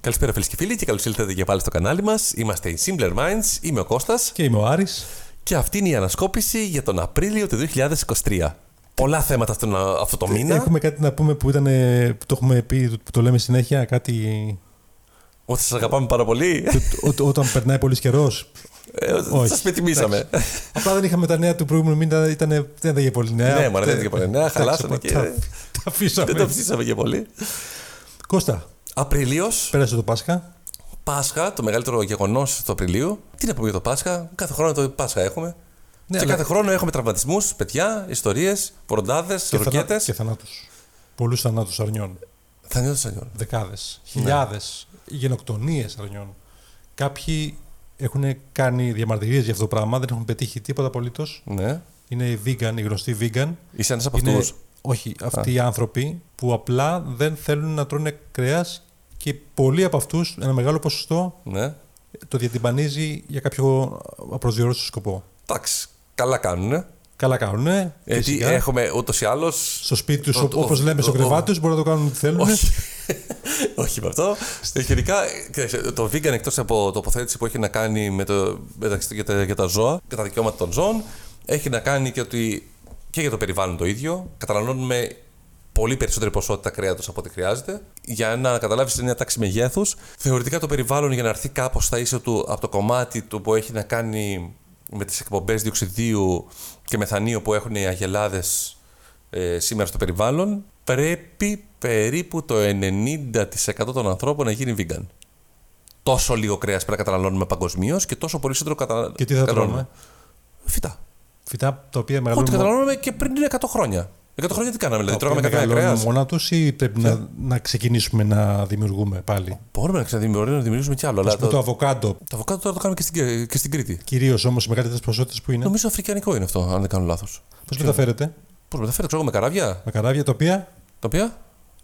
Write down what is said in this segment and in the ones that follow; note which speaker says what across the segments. Speaker 1: Καλησπέρα φίλες και φίλοι και καλώς ήλθατε και πάλι στο κανάλι μας. Είμαστε οι Simpler Minds, είμαι ο Κώστας
Speaker 2: Και είμαι ο Άρης.
Speaker 1: και αυτή είναι η ανασκόπηση για τον Απρίλιο του 2023. Πολλά θέματα αυτόν- αυτό το μήνα.
Speaker 2: Ε, Έχουμε κάτι να πούμε που ήταν. ε, που το έχουμε πει, το- που το λέμε συνέχεια. Κάτι.
Speaker 1: Ότι σας αγαπάμε πάρα πολύ.
Speaker 2: το- το- ό- όταν περνάει πολύς καιρός. όχι.
Speaker 1: Σας πετιμήσαμε.
Speaker 2: Απλά δεν είχαμε τα νέα του προηγούμενου μήνα, ήταν, δεν ήταν πολύ νέα.
Speaker 1: Ναι, μωρέ, δεν ήταν και πολύ νέα,
Speaker 2: Εντάξει,
Speaker 1: χαλάσαμε
Speaker 2: οπότε
Speaker 1: και-
Speaker 2: Τα, τα αφήσαμε.
Speaker 1: Δεν το ψήσαμε και πολύ.
Speaker 2: Κώστα,
Speaker 1: Απριλίος,
Speaker 2: πέρασε το Πάσχα.
Speaker 1: Πάσχα, το μεγαλύτερο γεγονός του Απριλίου. Τι να πούμε για το Πάσχα. Κάθε χρόνο το Πάσχα έχουμε.
Speaker 2: Ναι,
Speaker 1: και
Speaker 2: αλλά-
Speaker 1: κάθε χρόνο έχουμε τραυματισμούς, παιδιά, ιστορίες, ποροντάδε,
Speaker 2: Και, θανά-
Speaker 1: ροκέτες.
Speaker 2: και θανάτους. Πολλούς θανάτους αρνιών.
Speaker 1: Θα νιώθω σαν νιώθω.
Speaker 2: Δεκάδες,
Speaker 1: Ναι.
Speaker 2: χιλιάδες. Γενοκτονίες αρνιών. Κάποιοι έχουν κάνει διαμαρτυρίες για αυτό το πράγμα, δεν έχουν πετύχει τίποτα απολύτως.
Speaker 1: Ναι.
Speaker 2: Είναι οι vegan, οι γνωστοί vegan.
Speaker 1: Είσαι ένας από
Speaker 2: Είναι,
Speaker 1: αυτού.
Speaker 2: όχι, αυτοί οι άνθρωποι που απλά δεν θέλουν να τρώνε κρέας και πολλοί από αυτούς, ένα μεγάλο ποσοστό,
Speaker 1: Ναι.
Speaker 2: το διατυμπανίζει για κάποιο απροσδιορίστο σκοπό.
Speaker 1: Εντάξει, καλά κάνουνε.
Speaker 2: Καλά κάνουν.
Speaker 1: Γιατί έχουμε ούτως ή άλλως.
Speaker 2: Στο σπίτι τους,
Speaker 1: Ε, Ο- ο-
Speaker 2: όπως λέμε, στο
Speaker 1: ο-
Speaker 2: κρεβάτι τους, μπορούν να το κάνουν ό,τι θέλουν.
Speaker 1: Όχι. Όχι με αυτό. Ε, Γενικά, ξέρεις, το vegan εκτός από τοποθέτηση που έχει να κάνει με το, μεταξύ, για, τα, για τα ζώα και τα δικαιώματα των ζώων, έχει να κάνει και ότι και για το περιβάλλον το ίδιο. Καταναλώνουμε πολύ περισσότερη ποσότητα κρέατος από ό,τι χρειάζεται. Για να καταλάβεις μια τάξη μεγέθους, θεωρητικά το περιβάλλον για να έρθει κάπως στα ίσια του από το κομμάτι του που έχει να κάνει με τις εκπομπές διοξιδίου και μεθανίου που έχουν οι αγελάδες ε, σήμερα στο περιβάλλον, πρέπει περίπου το 90% των ανθρώπων να γίνει vegan. Τόσο λίγο κρέας πρέπει να καταναλώνουμε παγκοσμίως και τόσο πολύ σύντρο καταναλώνουμε.
Speaker 2: Και τι θα τρώμε.
Speaker 1: Φυτά.
Speaker 2: Φυτά τα οποία
Speaker 1: Ό,τι
Speaker 2: μεγαλώνουν, τα
Speaker 1: καταναλώνουμε και πριν 100 χρόνια. 100 χρόνια τι κάναμε, δηλαδή
Speaker 2: οποία
Speaker 1: τρώγαμε κανένα Ναι.
Speaker 2: μεγαλώνουν
Speaker 1: κρέα.
Speaker 2: μόνα τους ή πρέπει να, να ξεκινήσουμε να δημιουργούμε πάλι.
Speaker 1: Μπορούμε να ξαναδημιουργήσουμε να δημιουργήσουμε κι άλλο. Αλλά
Speaker 2: Ας πούμε
Speaker 1: το,
Speaker 2: το Ναι.
Speaker 1: το,
Speaker 2: αβοκάντο,
Speaker 1: αβοκάτο τώρα το κάνουμε και στην, Κε- και στην Κρήτη.
Speaker 2: κυρίως όμως οι μεγαλύτερες ποσότητες που είναι,
Speaker 1: Νομίζω αφρικανικό είναι αυτό, αν δεν κάνω λάθος.
Speaker 2: πώς μεταφέρεται,
Speaker 1: Πώ μεταφέρεται, ξέρω εγώ, με καράβια.
Speaker 2: με καράβια τα οποία
Speaker 1: Τα οποία.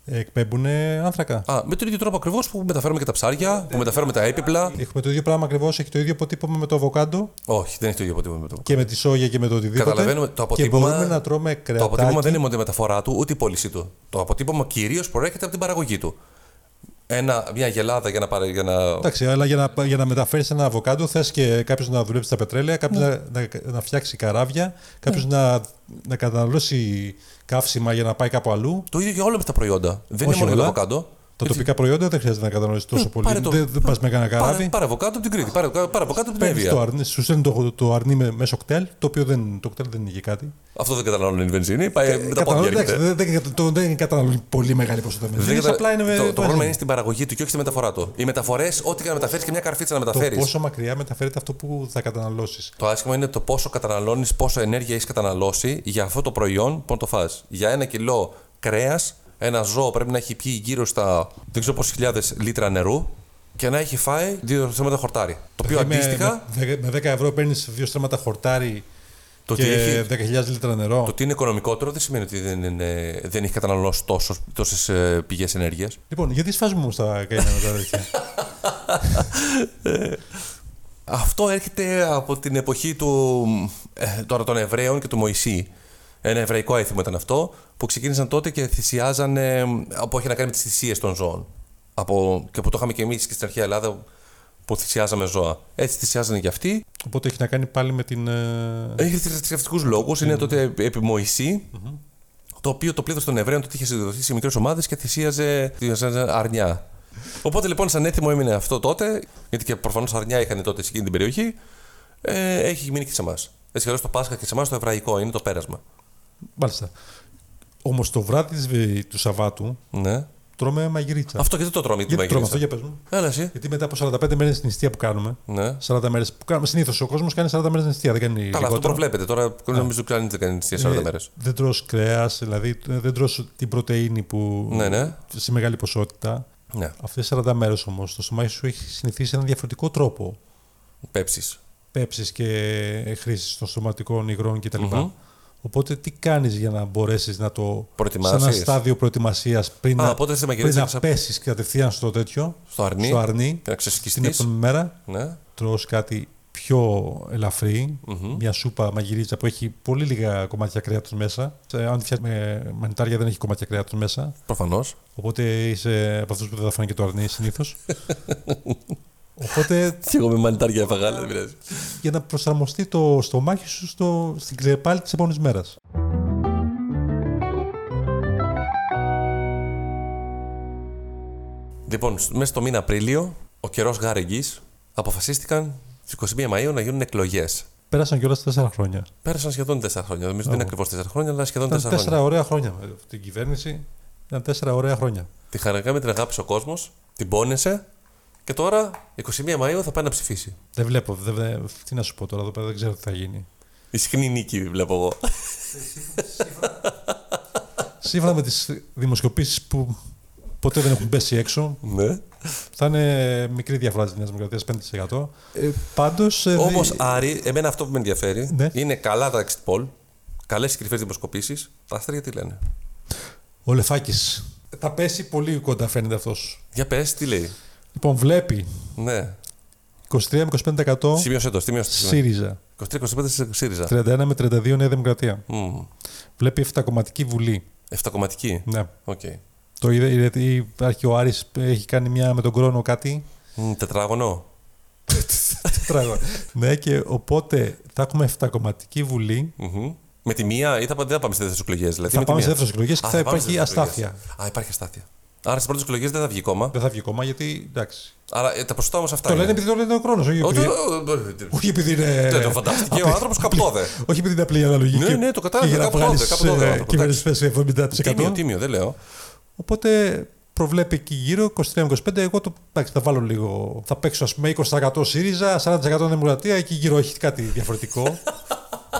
Speaker 2: εκπέμπουν ε, άνθρακα.
Speaker 1: Α, με τον ίδιο τρόπο ακριβώς που μεταφέρουμε και τα
Speaker 2: Ναι.
Speaker 1: ψάρια, που μεταφέρουμε τα έπιπλα.
Speaker 2: Έχουμε το ίδιο πράγμα ακριβώς, έχει το ίδιο αποτύπωμα με το αβοκάντο
Speaker 1: Όχι, δεν έχει το ίδιο αποτύπωμα με το
Speaker 2: και με τη σόγια και με το οτιδήποτε.
Speaker 1: Καταλαβαίνουμε το αποτύπωμα-
Speaker 2: Και μπορούμε να τρώμε
Speaker 1: Το
Speaker 2: κρεατάκι.
Speaker 1: αποτύπωμα δεν είναι μόνο η μεταφορά του, ούτε η πώλησή του. Το αποτύπωμα κυρίως προέρχεται από την παραγωγή του. Ένα, μια γελάδα για να πάρει. Για να...
Speaker 2: Εντάξει, αλλά για να, για να μεταφέρεις ένα αβοκάντο θες και κάποιος να δουλέψει στα πετρέλαια, κάποιος να, να, να φτιάξει καράβια, κάποιος να, να καταναλώσει καύσιμα για να πάει κάπου αλλού.
Speaker 1: Το ίδιο για όλα με τα προϊόντα. Δεν είναι
Speaker 2: Όχι
Speaker 1: μόνο για το
Speaker 2: όλα.
Speaker 1: αβοκάντο.
Speaker 2: Τα τοπικά προϊόντα δεν χρειάζεται να καταναλώσει τόσο πολύ.
Speaker 1: Ε, πάρε το-
Speaker 2: Δεν, δεν πας με κανένα
Speaker 1: Πάρε,
Speaker 2: καράβι.
Speaker 1: πάρε αβοκάντο από την Κρήτη. Πάρε, πάρε αβοκάντο από την
Speaker 2: παίρνεις το
Speaker 1: Εύβοια.
Speaker 2: αρνί, σου στέλνει το, το αρνί με, μέσω κτέλ, το οποίο δεν, το κτέλ δεν είναι και κάτι.
Speaker 1: Αυτό δεν καταναλώνει η βενζίνη. Πάει Ε, με τα
Speaker 2: Καταναλώνει,
Speaker 1: πόδια.
Speaker 2: εντάξει,
Speaker 1: έρχεται.
Speaker 2: δεν, δεν, το- δεν καταναλώνει πολύ μεγάλη ποσότητα
Speaker 1: Δεν
Speaker 2: βενζίνης,
Speaker 1: κατα-
Speaker 2: απλά είναι με-
Speaker 1: το, το πρόβλημα
Speaker 2: μαζί.
Speaker 1: είναι στην παραγωγή του και όχι στη μεταφορά του. Οι μεταφορές, ό,τι και να μεταφέρεις και μια καρφίτσα να
Speaker 2: Το
Speaker 1: μεταφέρεις. Το,
Speaker 2: πόσο μακριά μεταφέρεται αυτό που θα καταναλώσεις.
Speaker 1: άσχημα είναι το πόσο καταναλώνεις, πόσο ενέργεια έχεις καταναλώσει για αυτό το προϊόν που να το φας. Για ένα κιλό κρέας, ένα ζώο πρέπει να έχει πιει γύρω στα δεν ξέρω πόσες χιλιάδες λίτρα νερού και να έχει φάει δύο στρέμματα χορτάρι. Το οποίο αντίστοιχα
Speaker 2: Με, με 10 ευρώ παίρνεις δύο στρέμματα χορτάρι
Speaker 1: το ότι,
Speaker 2: και
Speaker 1: έχει,
Speaker 2: 10.000 λίτρα νερό.
Speaker 1: το ότι είναι οικονομικότερο δεν σημαίνει ότι δεν, είναι, δεν έχει καταναλώσει ε, τόσε πηγές ενέργειας.
Speaker 2: Λοιπόν, γιατί σφάζουμε όμω τα καημένα τα τέτοια.
Speaker 1: Αυτό έρχεται από την εποχή του, ε, τώρα των Εβραίων και του Μωυσή. Ένα εβραϊκό έθιμο ήταν αυτό, που ξεκίνησαν τότε και θυσιάζανε από έχει να κάνει με τις θυσίες των ζώων. Από, και που το είχαμε και εμείς και στην αρχαία Ελλάδα που θυσιάζαμε ζώα. Έτσι θυσιάζανε και αυτοί.
Speaker 2: Οπότε έχει να κάνει πάλι με την. ε,
Speaker 1: Έχει θρησκευτικούς λόγους. Είναι τότε επί- επί Μωυσή, το οποίο το πλήθος των Εβραίων τότε είχε συνδεδοθεί σε μικρές ομάδες και θυσίαζε θυσίαζε αρνιά. Οπότε λοιπόν, σαν έθιμο έμεινε αυτό τότε, γιατί και προφανώς αρνιά είχαν τότε σε εκείνη την περιοχή, ε, έχει μείνει και σε εμάς. Έτσι καλώ το Πάσχα και σε εμάς το εβραϊκό είναι το πέρασμα.
Speaker 2: Μάλιστα. Όμως το βράδυ της βε- του Σαββάτου
Speaker 1: Ναι.
Speaker 2: τρώμε μαγειρίτσα.
Speaker 1: Αυτό γιατί το τρώμε, γιατί
Speaker 2: γιατί τρώμε
Speaker 1: μαγειρίζα.
Speaker 2: αυτό, για πες μου.
Speaker 1: Έλα εσύ.
Speaker 2: Γιατί μετά από 45 μέρε νηστεία που κάνουμε.
Speaker 1: Ναι.
Speaker 2: 40 μέρες που κάνουμε. Συνήθως ο κόσμος κάνει 40 μέρε νηστεία, δεν κάνει
Speaker 1: Καλά, αυτό
Speaker 2: λιγότερο.
Speaker 1: προβλέπετε. Τώρα νομίζω κανείς δεν κάνει τι 40
Speaker 2: Ε,
Speaker 1: μέρες.
Speaker 2: Δεν τρως κρέας, δηλαδή ε, δεν τρως την πρωτεΐνη που
Speaker 1: Ναι, ναι.
Speaker 2: σε μεγάλη ποσότητα.
Speaker 1: Ναι,
Speaker 2: Αυτές τις 40 μέρες όμως το στομάχι σου έχει συνηθίσει έναν διαφορετικό τρόπο
Speaker 1: πέψεις.
Speaker 2: πέψης και χρήσης των στοματικών υγρών κτλ. Οπότε τι κάνεις για να μπορέσεις να το...
Speaker 1: Προετοιμάσεις.
Speaker 2: Σε ένα στάδιο προετοιμασίας πριν,
Speaker 1: Α,
Speaker 2: να,
Speaker 1: οπότε σε
Speaker 2: πριν
Speaker 1: μαγειρίζα
Speaker 2: να
Speaker 1: και σε-
Speaker 2: πέσεις κατευθείαν στο τέτοιο,
Speaker 1: Στο αρνί.
Speaker 2: στο αρνί,
Speaker 1: Και να
Speaker 2: στην
Speaker 1: ξεσκιστεί.
Speaker 2: επόμενη μέρα
Speaker 1: Ναι.
Speaker 2: τρως κάτι πιο πιο ελαφρη, μια σούπα μαγειρίτσα που έχει πολύ λίγα κομμάτια κρέατος μέσα. Ε, αν τη φτιάξει με μανιτάρια δεν έχει κομμάτια κρέατος μέσα.
Speaker 1: Προφανώς.
Speaker 2: Οπότε είσαι από αυτούς που δεν θα φάνε και το αρνί συνήθως. Οπότε
Speaker 1: Και εγώ με μανιτάρια έφαγα, αλλά δεν πειράζει.
Speaker 2: για να προσαρμοστεί το στομάχι σου στο, στην ξεπάλη της επόμενης μέρας.
Speaker 1: Λοιπόν, σ- μέσα στο μήνα Απρίλιο, ο καιρός γάρεγγη, αποφασίστηκαν στις 21 Μαου να γίνουν εκλογές.
Speaker 2: Πέρασαν κιόλας τέσσερα χρόνια.
Speaker 1: Πέρασαν σχεδόν 4 χρόνια. Νομίζω ότι δεν είναι ακριβώς 4 χρόνια, αλλά σχεδόν 4
Speaker 2: Ήταν
Speaker 1: χρόνια.
Speaker 2: τέσσερα ωραία χρόνια με αυτή την κυβέρνηση. Ήταν τέσσερα ωραία χρόνια.
Speaker 1: Τη χαρακάμε, την αγάπησε ο κόσμος, την πόνεσε και τώρα 21 Μαου θα πάει να ψηφίσει.
Speaker 2: Δεν βλέπω. Δεν, δεν- τι να σου πω τώρα εδώ πέρα, δεν ξέρω τι θα γίνει.
Speaker 1: Η συχνή νίκη βλέπω εγώ.
Speaker 2: Σύμφωνα με τις δημοσκοπήσεις που ποτέ δεν έχουν πέσει έξω,
Speaker 1: ναι.
Speaker 2: θα είναι μικρή διαφορά της Νέας Δημοκρατίας, 5%. Ε, Πάντως.
Speaker 1: Όμως, Άρη, εμένα αυτό που με ενδιαφέρει
Speaker 2: Ναι.
Speaker 1: είναι καλά τα exit poll, καλές και κρυφές δημοσκοπήσεις. Τα αστέρια τι λένε.
Speaker 2: Ο Λεφάκης. Θα πέσει πολύ κοντά, φαίνεται αυτός.
Speaker 1: Για πες, τι λέει.
Speaker 2: Λοιπόν, βλέπει
Speaker 1: Ναι.
Speaker 2: 23 με 25%
Speaker 1: Σημείωσε το, σημείωσε το. σημείωσε.
Speaker 2: ΣΥΡΙΖΑ.
Speaker 1: 23-25 στη ΣΥΡΙΖΑ.
Speaker 2: 31 με 32 Νέα Δημοκρατία.
Speaker 1: Μμμ.
Speaker 2: Βλέπει 7 κομματική βουλή.
Speaker 1: Εφτακομματική.
Speaker 2: Ναι.
Speaker 1: Οκ.
Speaker 2: Το είδε, γιατί υπάρχει ο Άρης έχει κάνει μια με τον Κρόνο κάτι.
Speaker 1: Μμ, Τετράγωνο.
Speaker 2: Τραγώ. ναι, και οπότε θα έχουμε 7 κομματική βουλή.
Speaker 1: Μμμ. Με τη μία ή θα, πα- δεν θα πάμε στι δεύτερε εκλογές. Δηλαδή,
Speaker 2: Θα
Speaker 1: με τη
Speaker 2: πάμε σε
Speaker 1: μία.
Speaker 2: δεύτερε εκλογές και
Speaker 1: Α,
Speaker 2: θα
Speaker 1: πάμε
Speaker 2: υπάρχει
Speaker 1: στις δεύτερες
Speaker 2: αστάθεια.
Speaker 1: εκλογές. Α, υπάρχει αστάθεια. Άρα στις πρώτες εκλογές δεν θα βγει ακόμα.
Speaker 2: Δεν θα βγει ακόμα γιατί. Εντάξει.
Speaker 1: Άρα ε, τα ποσοστά όμως αυτά.
Speaker 2: Το λένε
Speaker 1: είναι.
Speaker 2: επειδή το λένε ο Κρόνος. Όχι, επειδή-
Speaker 1: Ότι-
Speaker 2: όχι επειδή είναι.
Speaker 1: Δεν το φαντάστηκε. Ο άνθρωπο καπνόδε.
Speaker 2: Όχι επειδή είναι απλή η αναλογική.
Speaker 1: Ναι, ναι, το κατάλαβα,
Speaker 2: Και για να
Speaker 1: κάπου τότε, κάπου τότε,
Speaker 2: βγάλει
Speaker 1: άνθρωπο,
Speaker 2: κυβέρνηση θέση
Speaker 1: Τίμιο,
Speaker 2: 70%.
Speaker 1: τίμιο, δεν λέω.
Speaker 2: Οπότε προβλέπει εκεί γύρω 23-25. Εγώ το εντάξει, θα βάλω λίγο. Θα παίξω α πούμε 20% ΣΥΡΙΖΑ, 40% Δημοκρατία. Εκεί γύρω έχει κάτι διαφορετικό.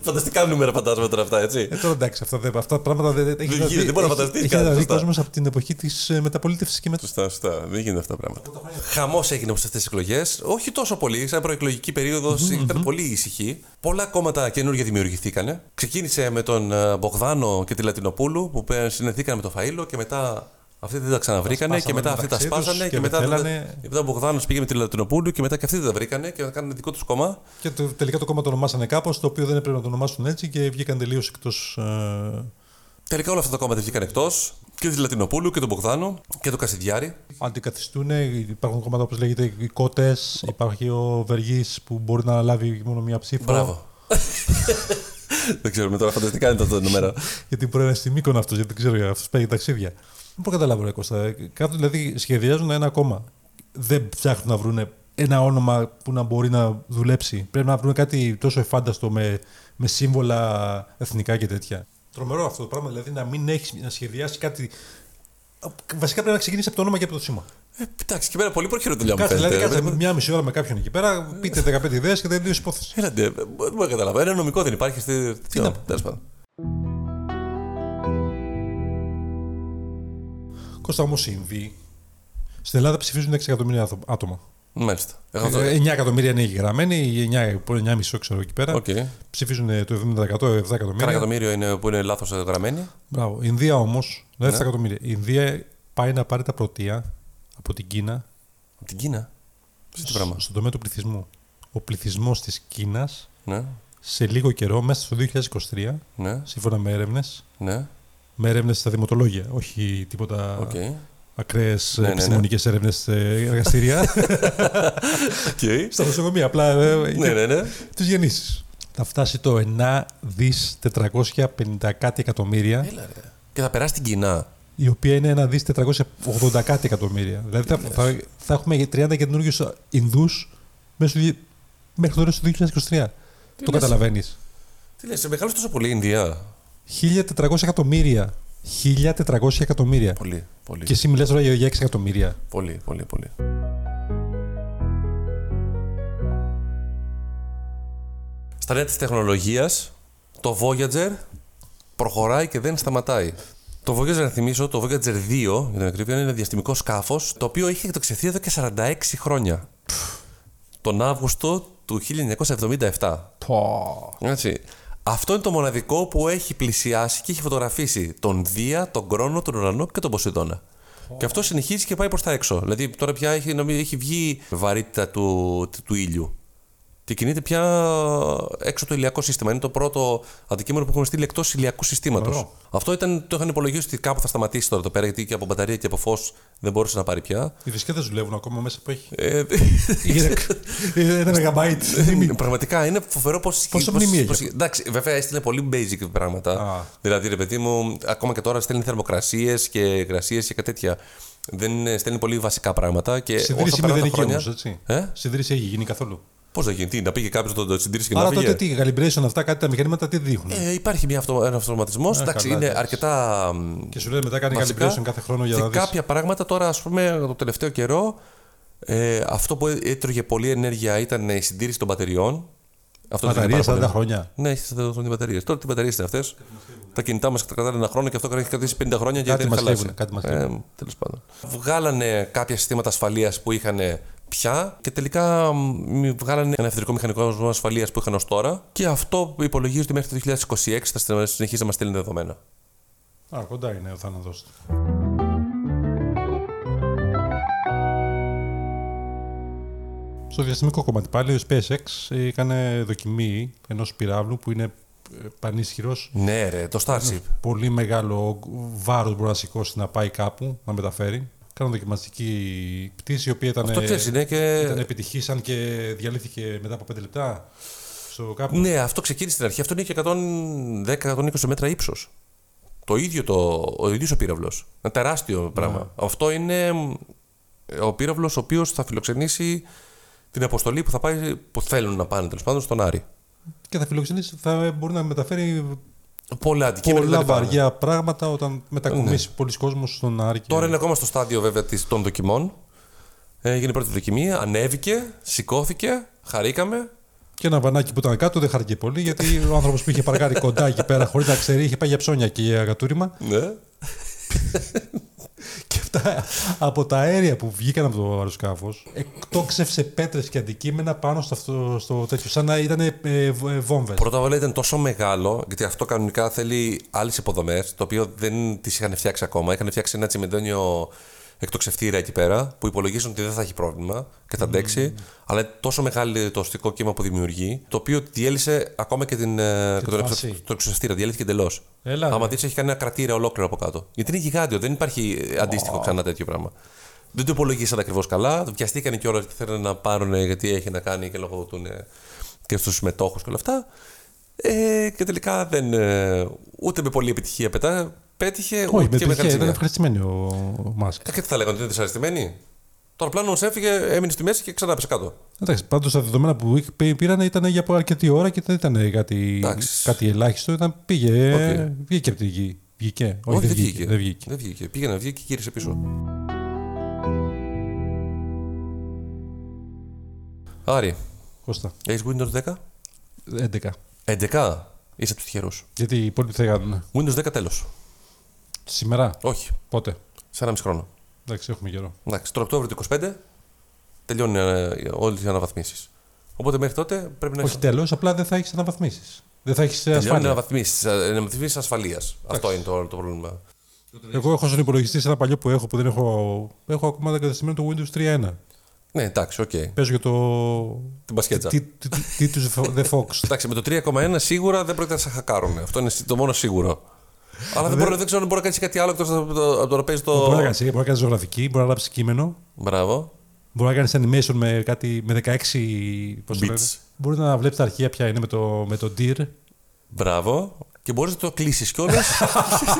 Speaker 1: Φανταστικά νούμερα φαντάζομαι τώρα αυτά, έτσι.
Speaker 2: Ε, τώρα εντάξει, αυτά, δεν, αυτά τα πράγματα δεν, δεν, έχει
Speaker 1: γίνεται, δεν
Speaker 2: δει-
Speaker 1: μπορεί να
Speaker 2: έχει-
Speaker 1: φανταστείς
Speaker 2: Έχει
Speaker 1: κάτι,
Speaker 2: δει
Speaker 1: σωστά.
Speaker 2: κόσμος από την εποχή της μεταπολίτευσης και μετά.
Speaker 1: Σωστά, σωστά. Δεν γίνονται αυτά τα πράγματα. Χαμός έγινε από αυτές τις εκλογές. Όχι τόσο πολύ. Σαν προεκλογική περίοδος ήταν πολύ ήσυχη. Πολλά κόμματα καινούργια δημιουργηθήκανε. Ξεκίνησε με τον ε, Μπογδάνο και τη Λατινοπούλου που πε- συναντήκαν με το Φαΐλο και μετά αυτοί δεν τα ξαναβρήκανε και
Speaker 2: σπάσανε
Speaker 1: μετά αυτοί τα
Speaker 2: μεταξύ τους
Speaker 1: σπάζανε
Speaker 2: και
Speaker 1: και, μετά,
Speaker 2: μετέλανε.
Speaker 1: και μετά ο Μπογδάνος πήγε με τη Λατινοπούλου και μετά και αυτοί δεν τα βρήκανε και κάνανε δικό τους κόμμα.
Speaker 2: Και το, τελικά το κόμμα το ονομάσανε κάπως, το οποίο δεν έπρεπε να το ονομάσουν έτσι και βγήκαν τελείως εκτός. Ε,
Speaker 1: Τελικά όλα αυτά τα κόμματα βγήκαν εκτός και τη Λατινοπούλου και τον Μπογδάνο και τον Κασιδιάρη.
Speaker 2: αντικαθιστούν. Ε, Υπάρχουν κόμματα όπως λέγεται οι κότες, υπάρχει ο Βεργής που μπορεί να λάβει μόνο μία ψήφο.
Speaker 1: Μπράβο. δεν ξέρουμε τώρα, φανταστικά είναι τα νούμερα.
Speaker 2: Γιατί μπορεί να είναι στη Μύκονο αυτός, γιατί δεν ξέρω, αυτός παίρνει ταξίδια. Δεν μπορώ να καταλάβω, ρε Κώστα. Κάτω δηλαδή σχεδιάζουν ένα κόμμα. Δεν ψάχνουν να βρουν ένα όνομα που να μπορεί να δουλέψει. Πρέπει να βρουν κάτι τόσο εφάνταστο με, με σύμβολα εθνικά και τέτοια. Τρομερό αυτό το πράγμα, δηλαδή να μην έχεις να σχεδιάσεις κάτι. Βασικά πρέπει να ξεκινήσεις από το όνομα και από το σήμα.
Speaker 1: Ε, Εντάξει, και μέρα πολύ πρόχειρο δουλειά μου
Speaker 2: Κάτσε, δηλαδή,
Speaker 1: φαίνεται.
Speaker 2: κάτσε μια μισή ώρα με κάποιον εκεί πέρα, πείτε 15 ιδέες και δεν τελείωσε η υπόθεση.
Speaker 1: Έλατε, ε, δεν μπορώ να καταλάβω. Ένα νομικό δεν υπάρχει. Στη... Τι
Speaker 2: να
Speaker 1: να
Speaker 2: πω.
Speaker 1: τέλος πάντων.
Speaker 2: Κώστα όμως συμβεί. Στην Ελλάδα ψηφίζουν 6 εκατομμύρια άτο- άτομα.
Speaker 1: Μάλιστα. Εγώ αυτό-
Speaker 2: Ε, 9 εκατομμύρια είναι οι γραμμένοι, 9,5 ξέρω εκεί πέρα.
Speaker 1: Οκ.
Speaker 2: Ψηφίζουν ε, το 70%, 7
Speaker 1: Ένα
Speaker 2: εκατομμύρια.
Speaker 1: εκατομμύριο είναι που είναι λάθος γραμμένη.
Speaker 2: Μπράβο. Η Ινδία όμως,
Speaker 1: Ναι.
Speaker 2: 7 εκατομμύρια. Η Ινδία πάει να πάρει τα πρωτεία από την Κίνα
Speaker 1: Από την Κίνα. Σε τι πράγμα.
Speaker 2: στον τομέα του πληθυσμού. Ο πληθυσμός της Κίνας
Speaker 1: Ναι,
Speaker 2: σε λίγο καιρό, μέσα στο 2023,
Speaker 1: ναι,
Speaker 2: σύμφωνα με έρευνες,
Speaker 1: ναι.
Speaker 2: με έρευνες στα δημοτολόγια, όχι τίποτα
Speaker 1: Οκ.
Speaker 2: ακραίες
Speaker 1: ναι, ναι.
Speaker 2: επιστημονικές έρευνες ε, εργαστήρια
Speaker 1: Οκ.
Speaker 2: στα νοσοκομεία. Απλά ε,
Speaker 1: Ναι, ναι, ναι.
Speaker 2: τις γεννήσεις. Θα φτάσει το 9 δις 450 κάτι εκατομμύρια,
Speaker 1: Έλα, ρε. Και θα περάσει την Κίνα.
Speaker 2: η οποία είναι 1 δις 480 κάτι εκατομμύρια. Δηλαδή θα, θα, θα έχουμε 30 καινούριους Ινδούς μέχρι το τέλος του 2023. το
Speaker 1: λες.
Speaker 2: καταλαβαίνεις.
Speaker 1: Τι λες, μεγάλο τόσο πολύ η Ινδία.
Speaker 2: 1.400 εκατομμύρια. 1.400 εκατομμύρια.
Speaker 1: Πολύ, πολύ.
Speaker 2: Και εσύ μιλάς τώρα για 6 εκατομμύρια.
Speaker 1: Πολύ, πολύ, πολύ. Στα νέα της τεχνολογίας, το Voyager προχωράει και δεν σταματάει. Το Voyager, να θυμίσω, το Voyager 2, για την ακρίβεια, είναι ένα διαστημικό σκάφος, το οποίο είχε εκτοξευθεί εδώ και 46 χρόνια. Τον Αύγουστο του 1977.
Speaker 2: Πω.
Speaker 1: Έτσι. Αυτό είναι το μοναδικό που έχει πλησιάσει και έχει φωτογραφίσει τον Δία, τον Κρόνο, τον Ουρανό και τον Ποσειδώνα. Και αυτό συνεχίζει και πάει προς τα έξω. Δηλαδή τώρα πια έχει, νομίζω, έχει βγει βαρύτητα του, του, του ήλιου. και κινείται πια έξω το ηλιακό σύστημα. Είναι το πρώτο αντικείμενο που έχουμε στείλει εκτός ηλιακού συστήματος.
Speaker 2: Ωραίο.
Speaker 1: Αυτό ήταν, το είχαν υπολογίσει ότι κάπου θα σταματήσει τώρα εδώ πέρα, γιατί και από μπαταρία και από φως δεν μπορούσε να πάρει πια.
Speaker 2: Οι δισκέτες δουλεύουν ακόμα μέσα που έχει.
Speaker 1: Ε,
Speaker 2: Είναι- είναι ένα μεγαμπάιτ.
Speaker 1: Ε, Πραγματικά είναι φοβερό πώς.
Speaker 2: Πόσο μνήμη έχει αυτό.
Speaker 1: Εντάξει, βέβαια έστειλε πολύ basic πράγματα.
Speaker 2: Α.
Speaker 1: Δηλαδή, ρε παιδί μου, ακόμα και τώρα στέλνει θερμοκρασίες και υγρασίες και κάτι τέτοια. Δεν είναι- στέλνει πολύ βασικά πράγματα. Και
Speaker 2: Συντήρηση
Speaker 1: όσο περνάνε τα
Speaker 2: μηδενική
Speaker 1: χρόνια-
Speaker 2: όμως, έτσι.
Speaker 1: Ε?
Speaker 2: Συντήρηση έχει γίνει καθόλου.
Speaker 1: Πώς να γίνει, τι, να πήγε κάποιος να το συντηρήσει και
Speaker 2: Άρα
Speaker 1: να
Speaker 2: τότε
Speaker 1: πήγε.
Speaker 2: τι, calibration αυτά, κάτι τα μηχανήματα τι δείχνουν.
Speaker 1: Ε, υπάρχει μια αυτο, ένα αυτοματισμός. Εντάξει,
Speaker 2: Ε, καλά,
Speaker 1: είναι
Speaker 2: εντάξει.
Speaker 1: αρκετά. μ,
Speaker 2: Και σου λέει μετά κάνει
Speaker 1: βασικά.
Speaker 2: calibration κάθε χρόνο για
Speaker 1: και
Speaker 2: να δεις.
Speaker 1: κάποια πράγματα τώρα, ας πούμε, το τελευταίο καιρό, ε, αυτό που έτρωγε πολλή ενέργεια ήταν η συντήρηση των μπαταριών. Αυτό έτρωγε
Speaker 2: Μπαταρία
Speaker 1: πάρα πολύ
Speaker 2: 40 χρόνια.
Speaker 1: Ναι, έχεις τι μπαταρίες. Τώρα τι μπαταρίες είναι αυτές. Τα κινητά μας κρατάνε ένα χρόνο και αυτό έχει κρατήσει 50 χρόνια και
Speaker 2: Κάτι
Speaker 1: δεν
Speaker 2: μας
Speaker 1: χαλάσει.
Speaker 2: κρύβουνε, κάτι μας
Speaker 1: Τέλος πάντων. Βγάλανε κάποια συστήματα ασφαλείας που είχαν πια και τελικά μ, βγάλανε ένα ευθυντικό μηχανικό ασφαλείας που είχαν ως τώρα. Και αυτό υπολογίζει ότι μέχρι το 2026 θα συνεχίσει να μας στέλνει δεδομένα.
Speaker 2: Α, κοντά είναι ο θάνατος. Στο διαστημικό κομμάτι πάλι, ο SpaceX έκανε δοκιμή ενός πυράβλου που είναι ε, πανίσχυρος,
Speaker 1: Ναι, ρε, το Starship.
Speaker 2: πολύ μεγάλο βάρος μπορεί να σηκώσει να πάει κάπου, να μεταφέρει. Κάναν δοκιμαστική πτήση, η οποία ήταν, ε,
Speaker 1: Αυτό ξέρεις, είναι και.
Speaker 2: ήταν επιτυχής, αν και διαλύθηκε μετά από 5 λεπτά στο κάπου.
Speaker 1: Ναι, αυτό ξεκίνησε στην αρχή. Αυτό είναι και 110-120 μέτρα ύψος. Το ίδιο το, ο ίδιος ο πύραυλος. Ένα
Speaker 2: Ναι.
Speaker 1: τεράστιο πράγμα. Αυτό είναι ε, ο πύραυλος ο οποίος θα φιλοξενήσει την αποστολή που, θα πάει, που θέλουν να πάνε τέλος πάντων στον Άρη.
Speaker 2: Και θα φιλοξενήσει, θα μπορεί να μεταφέρει
Speaker 1: Πολλά αντικείμενα.
Speaker 2: πολλά
Speaker 1: κτλ.
Speaker 2: βαριά πράγματα όταν μετακομίσει πολλοί κόσμος στον Άρη. και-
Speaker 1: Τώρα είναι ακόμα στο στάδιο βέβαια της- των δοκιμών. Έγινε η πρώτη δοκιμή, ανέβηκε, σηκώθηκε, χαρήκαμε.
Speaker 2: Και ένα βανάκι που ήταν κάτω δεν χάρηκε πολύ, γιατί ο άνθρωπος που είχε παρκάρει κοντά εκεί πέρα, χωρίς να ξέρει, είχε πάει για ψώνια και για κατούριμα.
Speaker 1: Ναι.
Speaker 2: Και αυτά από τα αέρια που βγήκαν από το αεροσκάφο, εκτόξευσε πέτρες και αντικείμενα πάνω στο, αυτό, στο τέτοιο. Σαν να ήταν ε, βόμβες.
Speaker 1: Πρώτα απ' όλα ήταν τόσο μεγάλο, γιατί αυτό κανονικά θέλει άλλες υποδομές, το οποίο δεν τις είχαν φτιάξει ακόμα. Είχαν φτιάξει ένα τσιμεντόνιο εκτοξευτήρα εκεί πέρα, που υπολογίζουν ότι δεν θα έχει πρόβλημα και θα αντέξει. Αλλά είναι τόσο μεγάλο το οστικό κύμα που δημιουργεί, το οποίο διέλυσε ακόμα και, την, ε, και τον
Speaker 2: φάση.
Speaker 1: εκτοξε- τον εκτοξευτήρα. Διέλυθηκε εντελώς.
Speaker 2: Έλα,
Speaker 1: Άμα
Speaker 2: ρε.
Speaker 1: δεις, έχει κάνει ένα κρατήρα ολόκληρο από κάτω. Γιατί είναι γιγάντιο, δεν υπάρχει ε, αντίστοιχο ξανά τέτοιο πράγμα. Δεν το υπολογίσαν ακριβώς καλά. Βιαστήκανε κιόλας και θέλανε να πάρουν γιατί έχει να κάνει και λογοδοτούν ε, και στους μετόχου και όλα αυτά. Ε, και τελικά δεν, ε, ούτε με πολλή επιτυχία πετά, πέτυχε,
Speaker 2: Όχι, με
Speaker 1: ούτε μεγάλη
Speaker 2: τυχαία, ήταν
Speaker 1: ζημιά.
Speaker 2: ευχαριστημένο ο ο Μάσκ.
Speaker 1: Ε, και τι θα λέγανε, ότι είναι δυσαρεστημένοι. Το αεροπλάνο μας έφυγε, έμεινε στη μέση και ξανά πέσε κάτω.
Speaker 2: Εντάξει, πάντως τα δεδομένα που είχε- πή- πήραν ήταν για από αρκετή ώρα και δεν ήταν κάτι,
Speaker 1: Εντάξει.
Speaker 2: κάτι ελάχιστο. Ήταν, πήγε,
Speaker 1: Οκ.
Speaker 2: βγήκε από τη γη. Βγήκε. Όχι, δεν, βγήκε. δεν βγήκε.
Speaker 1: Δεν βγήκε. Πήγε να βγει και γύρισε πίσω. Άρη,
Speaker 2: Κώστα.
Speaker 1: έχεις Windows
Speaker 2: 11.
Speaker 1: 10? 11. Είσαι από τους τυχερούς.
Speaker 2: Γιατί οι υπόλοιποι θα κάνουν.
Speaker 1: Windows 10 τέλο.
Speaker 2: Σήμερα.
Speaker 1: Όχι.
Speaker 2: Πότε.
Speaker 1: Σε ένα μισό χρόνο.
Speaker 2: Εντάξει, έχουμε καιρό.
Speaker 1: Εντάξει, τον Οκτώβριο του 25 τελειώνουν όλε ε, οι αναβαθμίσεις. Οπότε μέχρι τότε πρέπει να
Speaker 2: Όχι
Speaker 1: έχεις.
Speaker 2: τέλος, απλά δεν θα έχεις αναβαθμίσεις. Δεν θα έχεις
Speaker 1: Τελειώνουν
Speaker 2: ασφάλεια.
Speaker 1: αναβαθμίσεις. Αναβαθμίσει ασφαλεία. ε, Αυτό είναι το, το πρόβλημα.
Speaker 2: Εγώ έχω στον υπολογιστή σε ένα παλιό που έχω που δεν έχω. Έχω ακόμα εγκαταστημένο το Windows 3.1.
Speaker 1: Ναι, εντάξει, οκ.
Speaker 2: Παίζω για το.
Speaker 1: Την μπασκέτσα.
Speaker 2: Τίτλου The Fox.
Speaker 1: Εντάξει, με το 3,1 σίγουρα δεν πρόκειται να σε χακάρουν. Αυτό είναι το μόνο σίγουρο. Αλλά δεν, μπορώ, δεν ξέρω αν μπορεί να κάνει κάτι άλλο εκτός από το- από το να παίζεις
Speaker 2: Μπορεί να
Speaker 1: το.
Speaker 2: κάνει μπορεί να κάνεις ζωγραφική, μπορεί να γράψει κείμενο,
Speaker 1: Μπράβο.
Speaker 2: μπορεί να κάνεις animation με, κάτι, με 16. Πώς το λένε.
Speaker 1: Bits.
Speaker 2: Μπορεί να βλέπεις τα αρχεία ποια είναι με το, με το Deer.
Speaker 1: Μπράβο. Και μπορείς να το κλείσεις κιόλας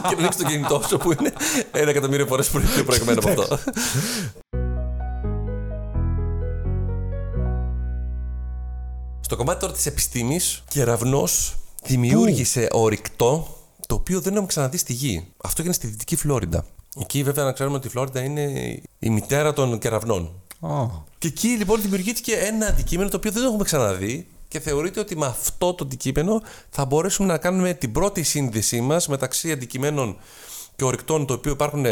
Speaker 1: και να ανοίξει το κινητό σου που είναι ένα εκατομμύριο φορές πιο προηγμένο από αυτό. Στο κομμάτι τώρα της επιστήμης, κεραυνός δημιούργησε ορυκτό το οποίο δεν έχουμε ξαναδεί στη γη. Αυτό έγινε στη Δυτική Φλόριντα. Εκεί βέβαια να ξέρουμε ότι η Φλόριντα είναι η μητέρα των κεραυνών. Και εκεί λοιπόν δημιουργήθηκε ένα αντικείμενο το οποίο δεν το έχουμε ξαναδεί και θεωρείται ότι με αυτό το αντικείμενο θα μπορέσουμε να κάνουμε την πρώτη σύνδεσή μας μεταξύ αντικειμένων και ορυκτών το οποίο υπάρχουν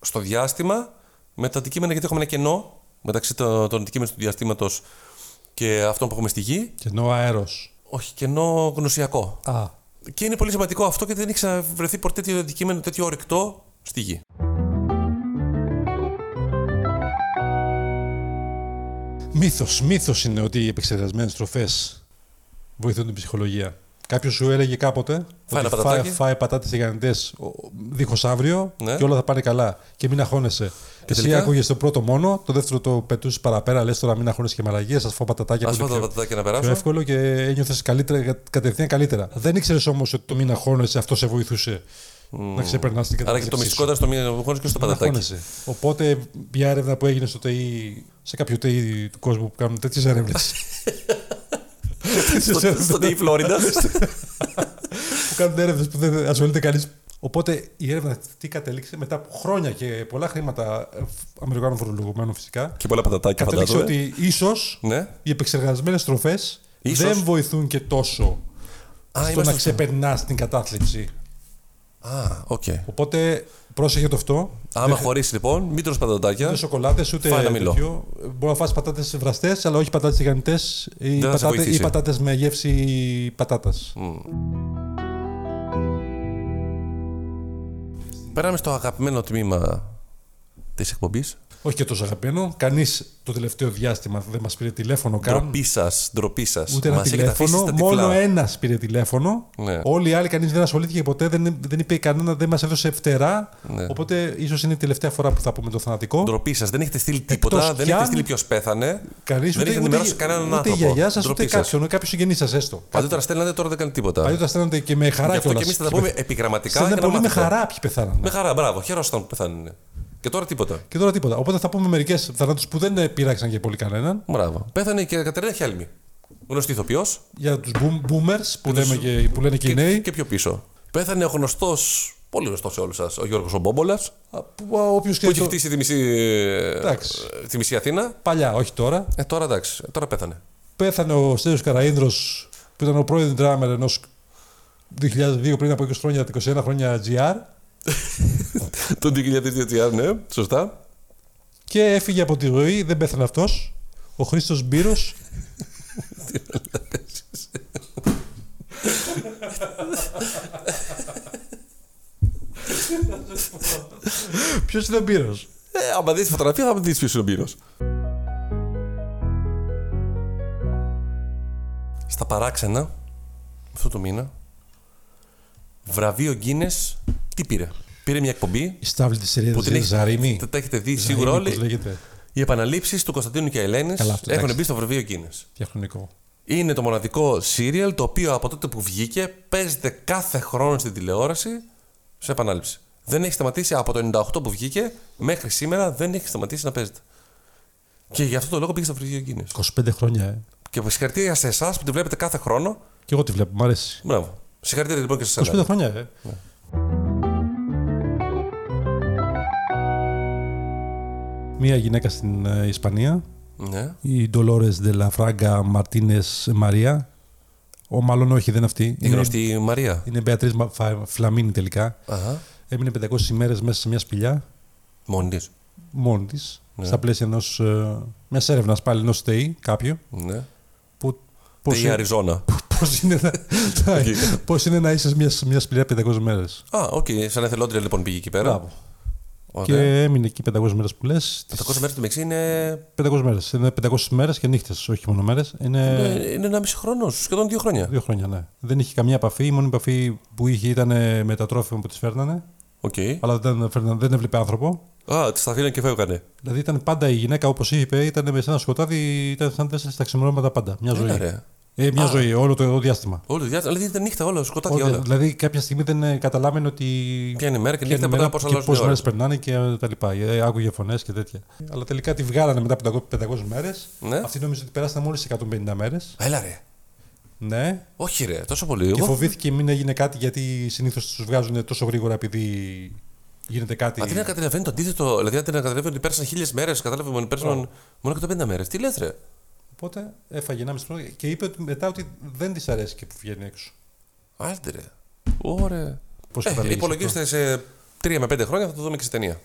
Speaker 1: στο διάστημα με τα αντικείμενα γιατί έχουμε ένα κενό μεταξύ των, των αντικείμενων του διαστήματος και αυτών που έχουμε στη γη.
Speaker 2: Και ενώ αέρος.
Speaker 1: Όχι, κενό γνωσιακό.
Speaker 2: Α.
Speaker 1: Και είναι πολύ σημαντικό αυτό γιατί δεν έχει ξαναβρεθεί ποτέ τέτοιο αντικείμενο, τέτοιο ορυκτό στη γη.
Speaker 2: Μύθος μύθος είναι ότι οι επεξεργασμένες τροφές βοηθούν την ψυχολογία. Κάποιος σου έλεγε κάποτε
Speaker 1: Φάει ένα
Speaker 2: ότι φάε,
Speaker 1: πατατάκι.
Speaker 2: φάε πατάτε τηγανιτέ δίχως αύριο
Speaker 1: Ναι.
Speaker 2: και όλα θα πάνε καλά. Και μην αγχώνεσαι. Και εσύ
Speaker 1: τελικά?
Speaker 2: άκουγες το πρώτο μόνο, το δεύτερο το πετούσες παραπέρα. Λες τώρα μην αγχώνεσαι και μαλαγίε, ας φάω πατατάκια
Speaker 1: Ας
Speaker 2: που
Speaker 1: πω
Speaker 2: είναι
Speaker 1: τα
Speaker 2: πιο,
Speaker 1: πατατάκια να
Speaker 2: πιο
Speaker 1: περάσω.
Speaker 2: εύκολο και ένιωθες καλύτερα, κα- κατευθείαν καλύτερα. Δεν ήξερες όμως ότι το μην αγχώνεσαι αυτό σε βοηθούσε να ξεπερνάς την κατάσταση.
Speaker 1: Άρα και το μυστικό ήταν στο μήνυμα που και στο πατατάκι.
Speaker 2: Αγχώνεσαι. Οπότε μια έρευνα που έγινε στο ΤΕΙ, σε κάποιο ΤΕΙ του κόσμου που κάνουν τέτοιες έρευνες.
Speaker 1: Στο- Στο Day Florida.
Speaker 2: που κάνουν έρευνες που δεν ασχολείται κανείς. Οπότε η έρευνα αυτή κατέληξε μετά από χρόνια και πολλά χρήματα ε, Αμερικάνων φορολογουμένων φυσικά.
Speaker 1: Και πολλά πατατάκια
Speaker 2: Κατέληξε
Speaker 1: φαντάζομαι.
Speaker 2: ότι ίσως
Speaker 1: Ναι.
Speaker 2: οι επεξεργασμένες τροφές
Speaker 1: Ίσως.
Speaker 2: δεν βοηθούν και τόσο στο
Speaker 1: είμαστε
Speaker 2: να
Speaker 1: στο-
Speaker 2: ξεπερνάς την κατάθλιψη.
Speaker 1: Α, οκ.
Speaker 2: Οπότε πρόσεχε το αυτό.
Speaker 1: Άμα χωρίσει λοιπόν, μην τρως πατατάκια.
Speaker 2: Ούτε σοκολάτες, ούτε
Speaker 1: Φάει ένα μήλο.
Speaker 2: τέτοιο. Μπορεί να φας πατάτες βραστές, αλλά όχι πατάτες τηγανιτέ ή,
Speaker 1: Δεν θα σε
Speaker 2: πατάτε- ή
Speaker 1: βοηθήσει.
Speaker 2: πατάτες με γεύση πατάτας.
Speaker 1: Πέραμε στο αγαπημένο τμήμα της εκπομπής.
Speaker 2: Όχι και τόσο αγαπημένο. Κανείς το τελευταίο διάστημα δεν μας πήρε τηλέφωνο καν.
Speaker 1: Ντροπή σας, ντροπή σας.
Speaker 2: Ούτε ένα τηλέφωνο. Μόνο ένας πήρε τηλέφωνο.
Speaker 1: Ναι.
Speaker 2: Όλοι οι άλλοι κανείς δεν ασχολήθηκε ποτέ, δεν, δεν είπε κανένα, δεν μας έδωσε φτερά.
Speaker 1: Ναι.
Speaker 2: Οπότε ίσως είναι η τελευταία φορά που θα πούμε το θανατικό.
Speaker 1: Ντροπή σας. Δεν έχετε στείλει τίποτα,
Speaker 2: Εκτός
Speaker 1: δεν
Speaker 2: κι
Speaker 1: έχετε
Speaker 2: αν-
Speaker 1: στείλει ποιος πέθανε. Δεν
Speaker 2: Κανεί ούτε,
Speaker 1: έχετε
Speaker 2: ούτε,
Speaker 1: ενημερώσει κανέναν
Speaker 2: ούτε η
Speaker 1: άνθρωπο.
Speaker 2: γιαγιά σας, ούτε
Speaker 1: Ντροπή σας.
Speaker 2: κάποιον, κάποιο συγγενή σας έστω.
Speaker 1: Παλιότερα στέλνατε, τώρα δεν κάνει τίποτα.
Speaker 2: Παλιότερα στέλνανε και με χαρά
Speaker 1: Γι' αυτό και
Speaker 2: κιόλας.
Speaker 1: εμείς θα τα πούμε επιγραμματικά.
Speaker 2: Στέλνανε
Speaker 1: για να
Speaker 2: πολύ με
Speaker 1: μάθετε.
Speaker 2: χαρά ποιοι πεθάνανε.
Speaker 1: Με χαρά, μπράβο. Χαίρομαι όταν πεθάνουν. Και τώρα τίποτα.
Speaker 2: Και τώρα τίποτα. Οπότε θα πούμε μερικές θανάτους που δεν ε, πειράξαν και πολύ κανέναν.
Speaker 1: Μπράβο. Πέθανε και η Κατερίνα Χέλμη. Γνωστή ηθοποιός.
Speaker 2: Για τους boomers που, λέμε και, που λένε και οι
Speaker 1: Και,
Speaker 2: νέοι.
Speaker 1: και πιο πίσω. Πέθανε ο γνωστός, πολύ γνωστός σε όλους σας, ο Γιώργος Ομπόμπολα.
Speaker 2: Όποιο
Speaker 1: Που
Speaker 2: και
Speaker 1: έχει
Speaker 2: το...
Speaker 1: χτίσει τη μισή,
Speaker 2: Εντάξει.
Speaker 1: ε, τη μισή Αθήνα.
Speaker 2: Παλιά, όχι τώρα.
Speaker 1: Ε, τώρα εντάξει, τώρα πέθανε.
Speaker 2: Πέθανε ο Στέλιος Καραίδρος που ήταν ο πρώην drummer ενός 2002 πριν από 20 χρόνια, 21 χρόνια GR.
Speaker 1: Τον DKGR, ναι, σωστά.
Speaker 2: Και έφυγε από τη ζωή, δεν πέθανε αυτός. Ο Χρήστος Μπύρος. Ποιος είναι ο Μπύρος.
Speaker 1: Ε, άμα δεις τη φωτογραφία, θα δει ποιος είναι ο Μπύρος. Στα παράξενα, αυτό το μήνα, βραβείο Γκίνες, τι πήρε. Πήρε μια εκπομπή.
Speaker 2: Η στάβλη τη
Speaker 1: Που
Speaker 2: Ελένη
Speaker 1: την έχει-
Speaker 2: Ζαρίνη.
Speaker 1: Τα έχετε δει σίγουρα
Speaker 2: Ζαρίνη, πώς
Speaker 1: όλοι.
Speaker 2: λέγεται.
Speaker 1: Οι επαναλήψεις του Κωνσταντίνου και Ελένης
Speaker 2: Καλά, αυτό,
Speaker 1: έχουν
Speaker 2: εντάξει.
Speaker 1: μπει στο βραβείο Γκίνες.
Speaker 2: Διαχρονικό.
Speaker 1: Είναι το μοναδικό σύριαλ το οποίο από τότε που βγήκε παίζεται κάθε χρόνο στην τηλεόραση σε επανάληψη. Δεν έχει σταματήσει από το 98 που βγήκε μέχρι σήμερα δεν έχει σταματήσει να παίζεται. Και γι' αυτό το λόγο πήγε στο Φρυγείο Guinness.
Speaker 2: 25 χρόνια, ε.
Speaker 1: Και συγχαρητήρια σε εσάς που τη βλέπετε κάθε χρόνο.
Speaker 2: Και εγώ τη βλέπω, μου αρέσει.
Speaker 1: Μπράβο. Συγχαρητήρια λοιπόν και σε
Speaker 2: 25
Speaker 1: εσά.
Speaker 2: χρόνια, ε.
Speaker 1: Ναι.
Speaker 2: Μία γυναίκα στην ε, Ισπανία,
Speaker 1: Ναι.
Speaker 2: η Dolores de la Fraga Martínez María. Ο μάλλον όχι, δεν είναι αυτή.
Speaker 1: Η γνωστή Μαρία.
Speaker 2: είναι Μπεατρί Φλαμίνη τελικά.
Speaker 1: Αχα.
Speaker 2: Έμεινε 500 ημέρες μέσα σε μια σπηλιά,
Speaker 1: Μόνη της.
Speaker 2: μόνη της,
Speaker 1: Ναι.
Speaker 2: στα πλαίσια ενός, ε, μιας έρευνας πάλι ενός ΤΕΙ κάποιου.
Speaker 1: Ναι.
Speaker 2: Που,
Speaker 1: Πώς
Speaker 2: πώς, είναι,
Speaker 1: Αριζόνα.
Speaker 2: πώς, είναι, να, πώς είναι να είσαι σε μια, μια σπηλιά 500 μέρε.
Speaker 1: Α, οκ. Σαν εθελόντρια λοιπόν πήγε εκεί πέρα.
Speaker 2: Μπράβο.
Speaker 1: Ωραία.
Speaker 2: Και έμεινε εκεί 500 μέρες που λες.
Speaker 1: 500 μέρε του Μεξί είναι.
Speaker 2: 500 μέρες. Είναι 500 μέρες και νύχτες, όχι μόνο μέρες. Είναι
Speaker 1: Είναι ένα μισή χρόνο, σχεδόν δύο χρόνια.
Speaker 2: δύο χρόνια, ναι. Δεν είχε καμία επαφή. Η μόνη επαφή που είχε ήταν ε, με τα τρόφιμα που τη φέρνανε.
Speaker 1: Οκ.
Speaker 2: Αλλά δεν, φέρνανε, δεν έβλεπε άνθρωπο.
Speaker 1: Α, τη σταθήνα και φεύγανε.
Speaker 2: Δηλαδή ήταν πάντα η γυναίκα, όπως είπε, ήταν με σε ένα σκοτάδι, ήταν σαν τέσσερις τα ξημερώματα πάντα. Μια
Speaker 1: Έλα,
Speaker 2: ζωή.
Speaker 1: ρε.
Speaker 2: Ε, μια
Speaker 1: Α.
Speaker 2: ζωή, όλο το εδώ διάστημα.
Speaker 1: Όλο το διάστημα. Δηλαδή ήταν νύχτα όλα, σκοτάδια
Speaker 2: Ό,
Speaker 1: όλα.
Speaker 2: δηλαδή κάποια στιγμή δεν ε, καταλάβαινε ότι.
Speaker 1: Ποια είναι η μέρα και
Speaker 2: ποια είναι
Speaker 1: νύχτα μετά
Speaker 2: η μέρα
Speaker 1: πώ
Speaker 2: και πόσε μέρε
Speaker 1: αλλάζει.
Speaker 2: περνάνε και ε, τα λοιπά. Ε, Άκουγε φωνές και τέτοια. Αλλά τελικά τη βγάλανε μετά από 500 μέρες.
Speaker 1: Ναι.
Speaker 2: Αυτή νόμιζε ότι περάσανε μόλι 150 μέρες.
Speaker 1: Έλα ρε.
Speaker 2: Ναι.
Speaker 1: Όχι ρε, τόσο πολύ.
Speaker 2: Και
Speaker 1: Εγώ.
Speaker 2: φοβήθηκε μην έγινε κάτι γιατί συνήθως τους βγάζουν τόσο γρήγορα επειδή γίνεται κάτι.
Speaker 1: Αντί να καταλαβαίνει το αντίθετο, δηλαδή αντί να καταλαβαίνει ότι πέρασαν χίλιες μέρες, κατάλαβε μόνο πέρασαν μόνο 150 μέρες. Τι λες, ρε.
Speaker 2: Οπότε έφαγε 1,5 χρόνο και είπε ότι μετά ότι δεν τη αρέσει και που βγαίνει έξω.
Speaker 1: Άντε ρε. Ωραία.
Speaker 2: Πώς
Speaker 1: ε,
Speaker 2: καταλήγεις
Speaker 1: υπολογίστε σε 3 με 5 χρόνια θα το δούμε και σε ταινία.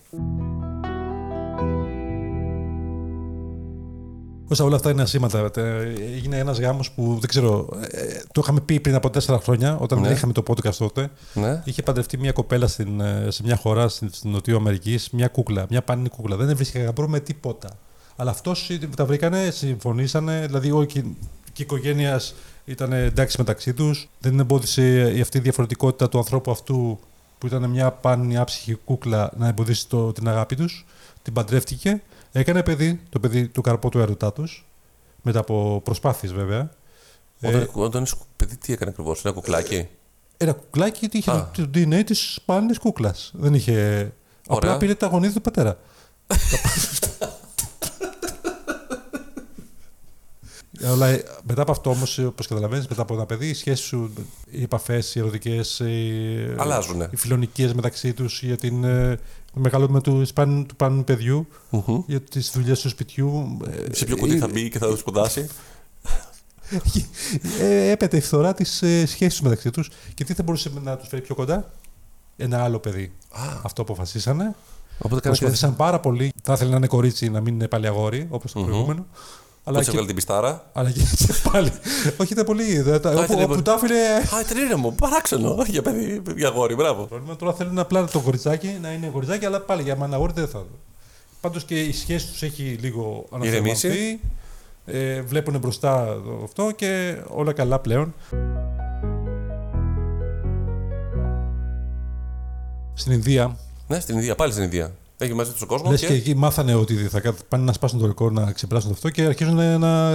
Speaker 2: Όσα όλα αυτά είναι ασήμαντα. τε- Έγινε ένας γάμος που δεν ξέρω. ε, Το είχαμε πει πριν από 4 χρόνια, όταν
Speaker 1: Ναι.
Speaker 2: δεν είχαμε το podcast τότε.
Speaker 1: Ναι.
Speaker 2: Είχε παντρευτεί μια κοπέλα στην, ε, σε μια χώρα στην, στην Νοτιοαμερικής, μια κούκλα, μια πανίνη κούκλα. Δεν έβρισκε γαμπρό με τίποτα. Αλλά αυτός τα βρήκανε, συμφωνήσανε. Δηλαδή, ο, και, και η οικογένειας ήταν εντάξει μεταξύ τους. Δεν εμπόδισε η αυτή η διαφορετικότητα του ανθρώπου αυτού που ήταν μια πάνη άψυχη κούκλα να εμποδίσει το, την αγάπη τους. Την παντρεύτηκε. Έκανε παιδί, το παιδί του καρπό του έρωτά τους. Μετά από προσπάθειες βέβαια. Ε.
Speaker 1: Όταν, όταν είσαι παιδί, τι έκανε ακριβώς, ένα κουκλάκι.
Speaker 2: Ένα κουκλάκι ότι είχε
Speaker 1: Α.
Speaker 2: το, το DNA της πάνη κούκλας. Δεν είχε.
Speaker 1: Ωραία.
Speaker 2: Απλά πήρε τα γονίδια του πατέρα. Αλλά ε, μετά από αυτό όμως, όπως καταλαβαίνεις, μετά από ένα παιδί, οι σχέσεις σου, οι επαφές, οι ερωτικές, οι,
Speaker 1: Αλλάζουνε.
Speaker 2: οι φιλονικίες μεταξύ τους, για την ε, μεγαλώμα του σπάνιου του πάνου παιδιού,
Speaker 1: Μμμ.
Speaker 2: για τις δουλειές του σπιτιού. ε,
Speaker 1: Σε ποιο κουτί θα μπει και θα σπουδάσει.
Speaker 2: ε, έπεται η φθορά της ε, σχέσης μεταξύ τους. Και τι θα μπορούσε να τους φέρει πιο κοντά, ένα άλλο παιδί. Αυτό αποφασίσανε.
Speaker 1: Οπότε κάνει και
Speaker 2: Προσπαθήσαν πάρα πολύ. Θα ήθελε να είναι κορίτσι, να μην είναι πάλι αγόρι, όπως το προηγούμενο. Αλλά
Speaker 1: Πώς
Speaker 2: και,
Speaker 1: έβγαλε την πιστάρα.
Speaker 2: αλλά και και πάλι. Όχι, ήταν πολύ. δεν τα- Όπου,
Speaker 1: ήταν
Speaker 2: όπου
Speaker 1: πολύ.
Speaker 2: τα άφηνε.
Speaker 1: Α, ήταν ήρεμο, παράξενο. Για παιδί, για αγόρι, μπράβο.
Speaker 2: Πρόβλημα. Τώρα θέλουν απλά το κοριτσάκι να είναι κοριτσάκι, αλλά πάλι για μάνα αγόρι δεν θα. Πάντως και η σχέση τους έχει λίγο
Speaker 1: Ηρεμήσει.
Speaker 2: αναθερμανθεί. Ε, βλέπουν μπροστά αυτό και όλα καλά πλέον. Στην Ινδία,
Speaker 1: Ναι, στην Ινδία, πάλι στην Ινδία. Έχει μαζί τους ο κόσμος.
Speaker 2: λες και εκεί μάθανε ότι θα κα- πάνε να σπάσουν το ρεκόρ να ξεπεράσουν το αυτό και αρχίζουν να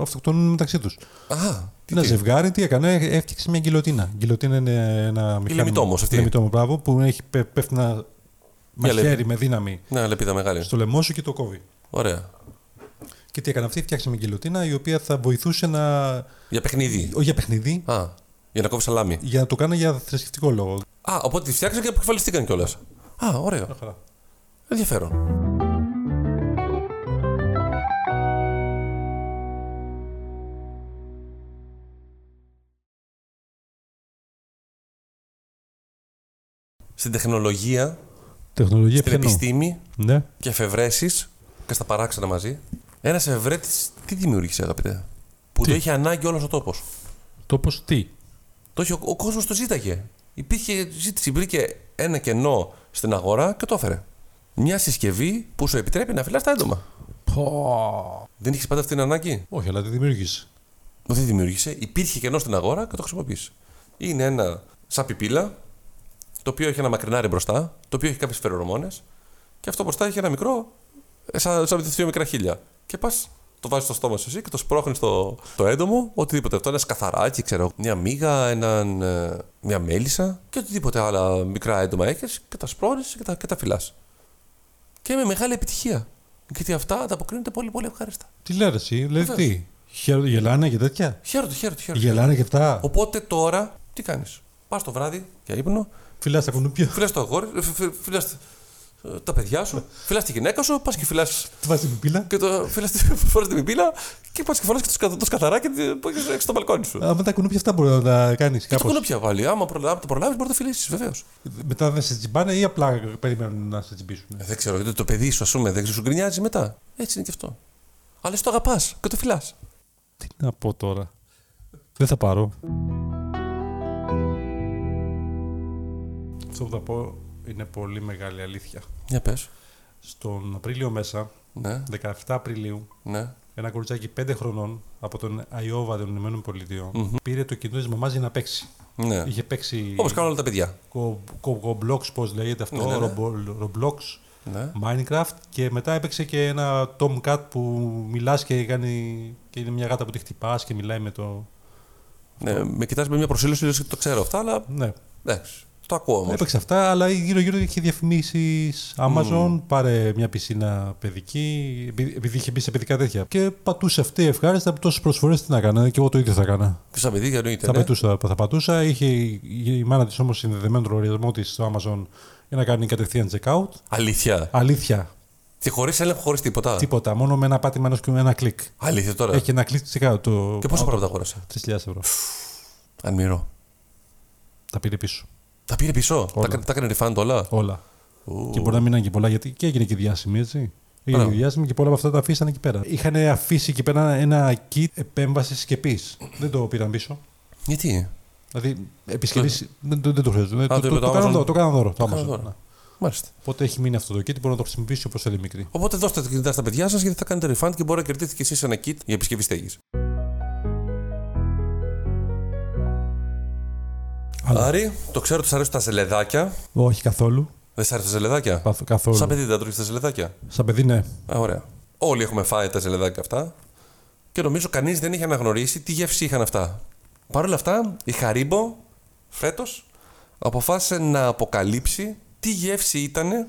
Speaker 2: αυτοκτονούν μεταξύ τους.
Speaker 1: Α, τι,
Speaker 2: Ένα
Speaker 1: τι.
Speaker 2: ζευγάρι τι έκανε, έφτιαξε μια γκυλοτίνα. Γκυλοτίνα είναι ένα μηχάνημα.
Speaker 1: λιμιτόμος αυτή.
Speaker 2: Λιμιτόμο, μπράβο, που έχει, πε- πέφτει ένα
Speaker 1: Μια λεπ-
Speaker 2: μαχαίρι με δύναμη
Speaker 1: Ναι, λεπίδα μεγάλη.
Speaker 2: στο λαιμό σου και το κόβει.
Speaker 1: Ωραία.
Speaker 2: Και τι έκανε αυτή, φτιάξε μια γκυλοτίνα η οποία θα βοηθούσε να.
Speaker 1: Για παιχνίδι.
Speaker 2: όχι για παιχνίδι,
Speaker 1: Α, για να κόβεις σαλάμι.
Speaker 2: για να το κάνει για θρησκευτικό λόγο.
Speaker 1: Α, οπότε τη φτιάξαν και αποκεφαλιστήκαν κιόλας. Α, ωραίο.
Speaker 2: Χαρά.
Speaker 1: Ενδιαφέρον. Στην τεχνολογία,
Speaker 2: Τεχνολογία
Speaker 1: στην
Speaker 2: πιθανό.
Speaker 1: επιστήμη
Speaker 2: Ναι.
Speaker 1: και εφευρέσεις και στα παράξενα μαζί. Ένας εφευρέτης τι δημιούργησε, αγαπητέ. Που
Speaker 2: Τι?
Speaker 1: το είχε ανάγκη όλος ο τόπος.
Speaker 2: Τόπος τι.
Speaker 1: Το είχε, ο, ο κόσμος το ζήταγε. Υπήρχε ζήτηση, υπήρχε ένα κενό στην αγορά και το έφερε. Μια συσκευή που σου επιτρέπει να φυλάς τα έντομα.
Speaker 2: Πω.
Speaker 1: Δεν είχε πάντα αυτή την ανάγκη.
Speaker 2: Όχι, αλλά τη δημιούργησες.
Speaker 1: Το δεν δημιούργησε. Υπήρχε κενό στην αγορά και το χρησιμοποίησε. Είναι ένα σαν πιπίλα, το οποίο έχει ένα μακρινάρι μπροστά, το οποίο έχει κάποιες φερορμόνε, και αυτό μπροστά έχει ένα μικρό, ε, σαν, σαν δύο μικρά χίλια. Και πας, το βάζεις στο στόμα σου εσύ και το σπρώχνεις το, το έντομο, οτιδήποτε. Αυτό ένα σκαθαράκι, ξέρω εγώ, μια μύγα, έναν, ε, μια μέλισσα και οτιδήποτε άλλα μικρά έντομα έχεις και τα σπρώχνεις και τα, και τα φυλάς. Και με μεγάλη επιτυχία. Γιατί αυτά ανταποκρίνονται πολύ, πολύ ευχάριστα.
Speaker 2: Τι λέρε, εσύ, δηλαδή
Speaker 1: Βεβαίως.
Speaker 2: τι. Χαίρο- Γελάνε και τέτοια.
Speaker 1: Χαίρομαι, χαίρομαι, χαίρομαι.
Speaker 2: Γελάνε και αυτά.
Speaker 1: Οπότε τώρα τι κάνεις. Πας το βράδυ για ύπνο,
Speaker 2: Φιλά τα κουνούπια.
Speaker 1: φιλά το αγόρι, ε, φιλά ε, τα παιδιά σου, φιλά τη γυναίκα σου, πας και φιλά
Speaker 2: Του βάζεις την πύλα.
Speaker 1: και το φιλάς τη φοράς την πιπίλα και πας και φοράς και το, σκα- το σκαθαράκι τη- που έχεις έξω στο μπαλκόνι σου.
Speaker 2: Άμα τα κουνούπια αυτά μπορεί να τα κάνεις
Speaker 1: Και το
Speaker 2: κάπως.
Speaker 1: κουνούπια πάλι. Άμα, προλα... άμα το προλάβεις, μπορεί να το φιλήσεις, βεβαίως.
Speaker 2: Μετά δεν σε τσιμπάνε ή απλά περιμένουν να σε τσιμπήσουν.
Speaker 1: Ε, δεν ξέρω, γιατί το παιδί σου, ας πούμε, δεν σου γκρινιάζει μετά. Έτσι είναι και αυτό. Αλλά εσύ το αγαπάς και το φιλά.
Speaker 2: Τι να πω τώρα. Δεν θα πάρω. Αυτό που θα πω είναι πολύ μεγάλη αλήθεια.
Speaker 1: Για πες.
Speaker 2: Στον Απρίλιο μέσα,
Speaker 1: Ναι,
Speaker 2: 17 Απριλίου,
Speaker 1: ναι.
Speaker 2: ένα κοριτσάκι 5 χρονών από τον Αϊόβα των Ηνωμένων Πολιτειών πήρε το κινητό της μαμάς για να παίξει.
Speaker 1: ναι.
Speaker 2: Είχε παίξει
Speaker 1: Όπως κάνουν όλα τα παιδιά.
Speaker 2: Roblox, πώς λέγεται αυτό,
Speaker 1: Ναι, ναι, ναι.
Speaker 2: Ρομπο- Roblox.
Speaker 1: Ναι.
Speaker 2: Minecraft και μετά έπαιξε και ένα Tomcat που μιλάς και, κάνει, και είναι μια γάτα που τη χτυπάς και μιλάει με το...
Speaker 1: Ναι, με κοιτάζει με μια προσήλωση, λες ότι το ξέρω αυτά, αλλά
Speaker 2: Ναι,
Speaker 1: εντάξει. Το ακούω όμως.
Speaker 2: έπαιξε αυτά, αλλά γύρω-γύρω είχε διαφημίσεις Amazon,
Speaker 1: Mm.
Speaker 2: πάρε μια πισίνα παιδική, επει- επειδή είχε μπει σε παιδικά τέτοια. Και πατούσε αυτή ευχάριστα από τόσες προσφορές τι να έκανε και εγώ το ίδιο θα έκανα.
Speaker 1: Και σαν παιδί εννοείται.
Speaker 2: Θα
Speaker 1: ναι.
Speaker 2: πετούσα, θα πατούσα. Είχε η- η μάνα της όμως συνδεδεμένο τον λογαριασμό της στο Amazon για να κάνει κατευθείαν checkout.
Speaker 1: Αλήθεια.
Speaker 2: Αλήθεια,
Speaker 1: Τι χωρίς έλεγχο, χωρίς τίποτα.
Speaker 2: τίποτα, μόνο με ένα πάτημα ενός και με ένα κλικ.
Speaker 1: Αλήθεια τώρα.
Speaker 2: Έχει ένα κλικ checkout. Το...
Speaker 1: Και πόσα πράγματα αγόρασε.
Speaker 2: 3.000 ευρώ.
Speaker 1: Αν μοιρώ.
Speaker 2: Τα πήρε πίσω.
Speaker 1: Τα πήρε πίσω.
Speaker 2: Όλα.
Speaker 1: Τα, κα- τα έκανε refund όλα.
Speaker 2: Όλα.
Speaker 1: Ου.
Speaker 2: Και μπορεί να μην ήταν και πολλά γιατί και έγινε και διάσημη, έτσι. Έγινε
Speaker 1: Μπράβο.
Speaker 2: και διάσημη και πολλά από αυτά τα αφήσαν εκεί πέρα. Είχαν αφήσει εκεί πέρα ένα kit επέμβασης σκεπή. Δεν το πήραν πίσω.
Speaker 1: Γιατί.
Speaker 2: Δηλαδή, επισκευής. δεν, το- δεν το χρειάζεται.
Speaker 1: το είπε
Speaker 2: το,
Speaker 1: Ναι. το
Speaker 2: το, κάναν
Speaker 1: Amazon.
Speaker 2: δώρο, το κάναν δώρο. Το
Speaker 1: κάναν
Speaker 2: Amazon.
Speaker 1: δώρο.
Speaker 2: ναι.
Speaker 1: Μάλιστα.
Speaker 2: Οπότε έχει μείνει αυτό το kit, μπορεί να το χρησιμοποιήσει όπως θέλει η μικρή.
Speaker 1: Οπότε δώστε τα κινητά στα παιδιά σας γιατί θα κάνετε refund και μπορεί να κερδίσετε κι εσείς ένα kit για επισκευή στέγης.
Speaker 2: Αλλά-
Speaker 1: Άρη, το ξέρω ότι σα αρέσουν τα ζελεδάκια.
Speaker 2: Όχι καθόλου.
Speaker 1: Δεν σα αρέσουν τα ζελεδάκια.
Speaker 2: Παθ- Καθόλου.
Speaker 1: Σαν
Speaker 2: Σαν
Speaker 1: παιδί δεν τα τρώγεις τα ζελεδάκια.
Speaker 2: παιδί, ναι.
Speaker 1: Α, ωραία. Όλοι έχουμε φάει τα ζελεδάκια αυτά. Και νομίζω κανείς δεν είχε αναγνωρίσει τι γεύση είχαν αυτά. Παρ' όλα αυτά, η Χαρίμπο φέτος αποφάσισε να αποκαλύψει τι γεύση ήταν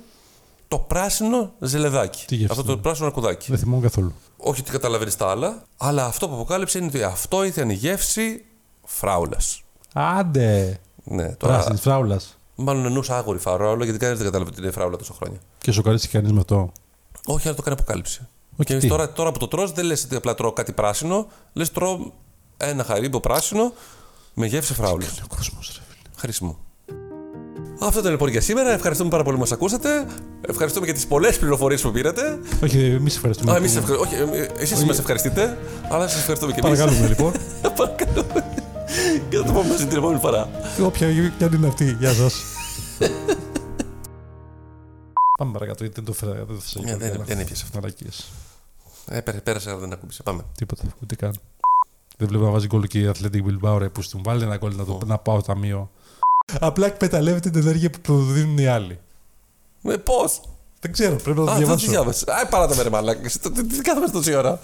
Speaker 1: το πράσινο ζελεδάκι.
Speaker 2: Τι γεύση
Speaker 1: αυτό το
Speaker 2: ήταν?
Speaker 1: πράσινο αρκουδάκι.
Speaker 2: Δεν θυμόμαι καθόλου.
Speaker 1: Όχι ότι καταλαβαίνεις τα άλλα, αλλά αυτό που αποκάλυψε είναι ότι αυτό ήταν η γεύση φράουλας.
Speaker 2: Άντε!
Speaker 1: Ναι, τώρα.
Speaker 2: Πράσινης φράουλας.
Speaker 1: Μάλλον εννοούσα άγορη φράουλα, γιατί κανεί δεν κατάλαβε τι είναι φράουλα τόσο χρόνια.
Speaker 2: Και σοκαρίστηκε κανείς με αυτό.
Speaker 1: Όχι, αλλά το κάνει αποκάλυψη.
Speaker 2: Οκ,
Speaker 1: Και
Speaker 2: τι?
Speaker 1: τώρα, τώρα που το τρως δεν λες ότι απλά τρώω κάτι πράσινο, λες τρώω ένα χαρίμπο πράσινο με γεύση φράουλα.
Speaker 2: Ο κόσμος, ρε φίλε.
Speaker 1: Χρήσιμο. Αυτό ήταν λοιπόν για σήμερα. Ευχαριστούμε πάρα πολύ που μας ακούσατε. Ευχαριστούμε για τις πολλές πληροφορίες που πήρατε.
Speaker 2: Όχι, εμείς ευχαριστούμε.
Speaker 1: Α, εμείς
Speaker 2: που-
Speaker 1: Όχι, εσεί μας ευχαριστείτε, αλλά σας ευχαριστούμε και εμείς.
Speaker 2: Παρακαλούμε λοιπόν.
Speaker 1: και θα το πούμε στην επόμενη φορά.
Speaker 2: Και Όποια και αν είναι αυτή. Γεια σας. Πάμε παρακάτω, γιατί δεν το φέρα. Δεν το φέρα.
Speaker 1: Ναι, δεν- δεν έπιασε αυτό.
Speaker 2: Μαλακίες.
Speaker 1: Ε, πέ- πέρασε, αλλά δεν ακούμπησε. Πάμε.
Speaker 2: Τίποτα, ούτε καν. Δεν βλέπω να βάζει γκολ και η Athletic Bilbao ρε που στην βάλει ένα γκολ να, το, να πάω ταμείο. Απλά εκμεταλλεύεται την ενέργεια που του δίνουν οι άλλοι.
Speaker 1: Ε, Πώς!
Speaker 2: Δεν ξέρω, πρέπει να το
Speaker 1: Α, δεν τη
Speaker 2: διαβάσω.
Speaker 1: διάβασες. Α, παράτα με ρε μαλάκα. Εσύ, Τι τι κάθομαι τόση ώρα.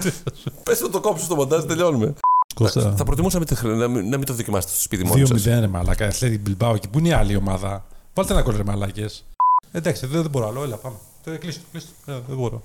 Speaker 1: Πε το το κόψω στο μοντάζ, τελειώνουμε.
Speaker 2: Κώστα,
Speaker 1: Θα προτιμούσα να μην το χρ- να μην- να μην το δοκιμάσετε στο σπίτι μόνο
Speaker 2: 2-0
Speaker 1: σας.
Speaker 2: ρε μαλάκα, η Athletic Bilbao εκεί που είναι η άλλη ομάδα. Βάλτε ένα γκολ ρε μαλάκες. Εντάξει, δεν, δεν μπορώ άλλο, έλα πάμε. Τε, Κλείστο, κλείστο. Ε, δεν μπορώ.